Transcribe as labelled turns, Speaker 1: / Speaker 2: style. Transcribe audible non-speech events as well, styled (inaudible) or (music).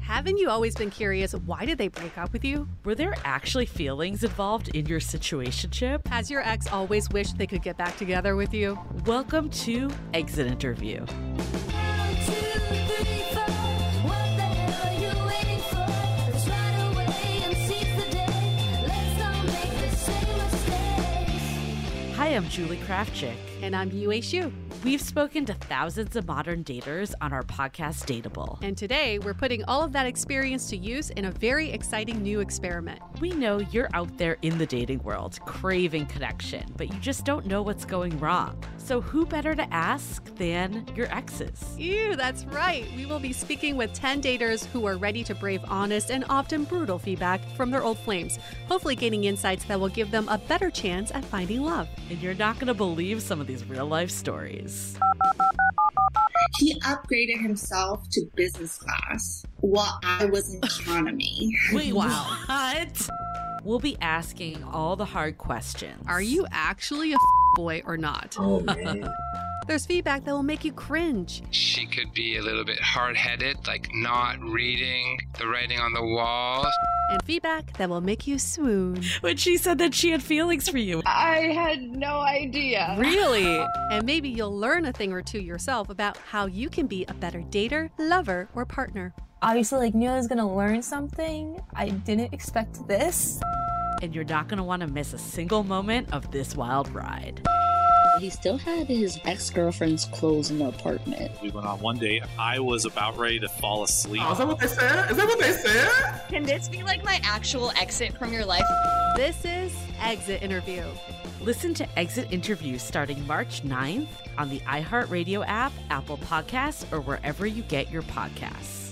Speaker 1: Haven't you always been curious why did they break up with you?
Speaker 2: Were there actually feelings involved in your situationship?
Speaker 1: Has your ex always wished they could get back together with you?
Speaker 2: Welcome to Exit Interview. Hi, I'm Julie Kraftchick.
Speaker 1: And I'm Yue Shu.
Speaker 2: We've spoken to thousands of modern daters on our podcast Dateable.
Speaker 1: And today we're putting all of that experience to use in a very exciting new experiment.
Speaker 2: We know you're out there in the dating world craving connection, but you just don't know what's going wrong. So, who better to ask than your exes?
Speaker 1: Ew, that's right. We will be speaking with 10 daters who are ready to brave honest and often brutal feedback from their old flames, hopefully, gaining insights that will give them a better chance at finding love.
Speaker 2: And you're not going to believe some of these real life stories.
Speaker 3: He upgraded himself to business class while I was in economy.
Speaker 2: (laughs) Wait, wow. What? We'll be asking all the hard questions.
Speaker 1: Are you actually a (laughs) f- boy or not? (laughs)
Speaker 4: Oh, man.
Speaker 1: There's feedback that will make you cringe.
Speaker 5: She could be a little bit hard headed, like not reading the writing on the wall.
Speaker 1: And feedback that will make you swoon.
Speaker 2: When she said that she had feelings for you.
Speaker 6: I had no idea.
Speaker 1: Really?
Speaker 6: (laughs)
Speaker 1: and maybe you'll learn a thing or two yourself about how you can be a better dater, lover, or partner.
Speaker 7: Obviously, like, knew I was gonna learn something. I didn't expect this.
Speaker 2: And you're not gonna wanna miss a single moment of this wild ride.
Speaker 8: He still had his ex girlfriend's clothes in the apartment.
Speaker 9: We went on one date. I was about ready to fall asleep.
Speaker 10: Oh, is that what they said? Is that what they said?
Speaker 11: Can this be like my actual exit from your life?
Speaker 1: This is Exit Interview.
Speaker 2: Listen to Exit Interview starting March 9th on the iHeartRadio app, Apple Podcasts, or wherever you get your podcasts.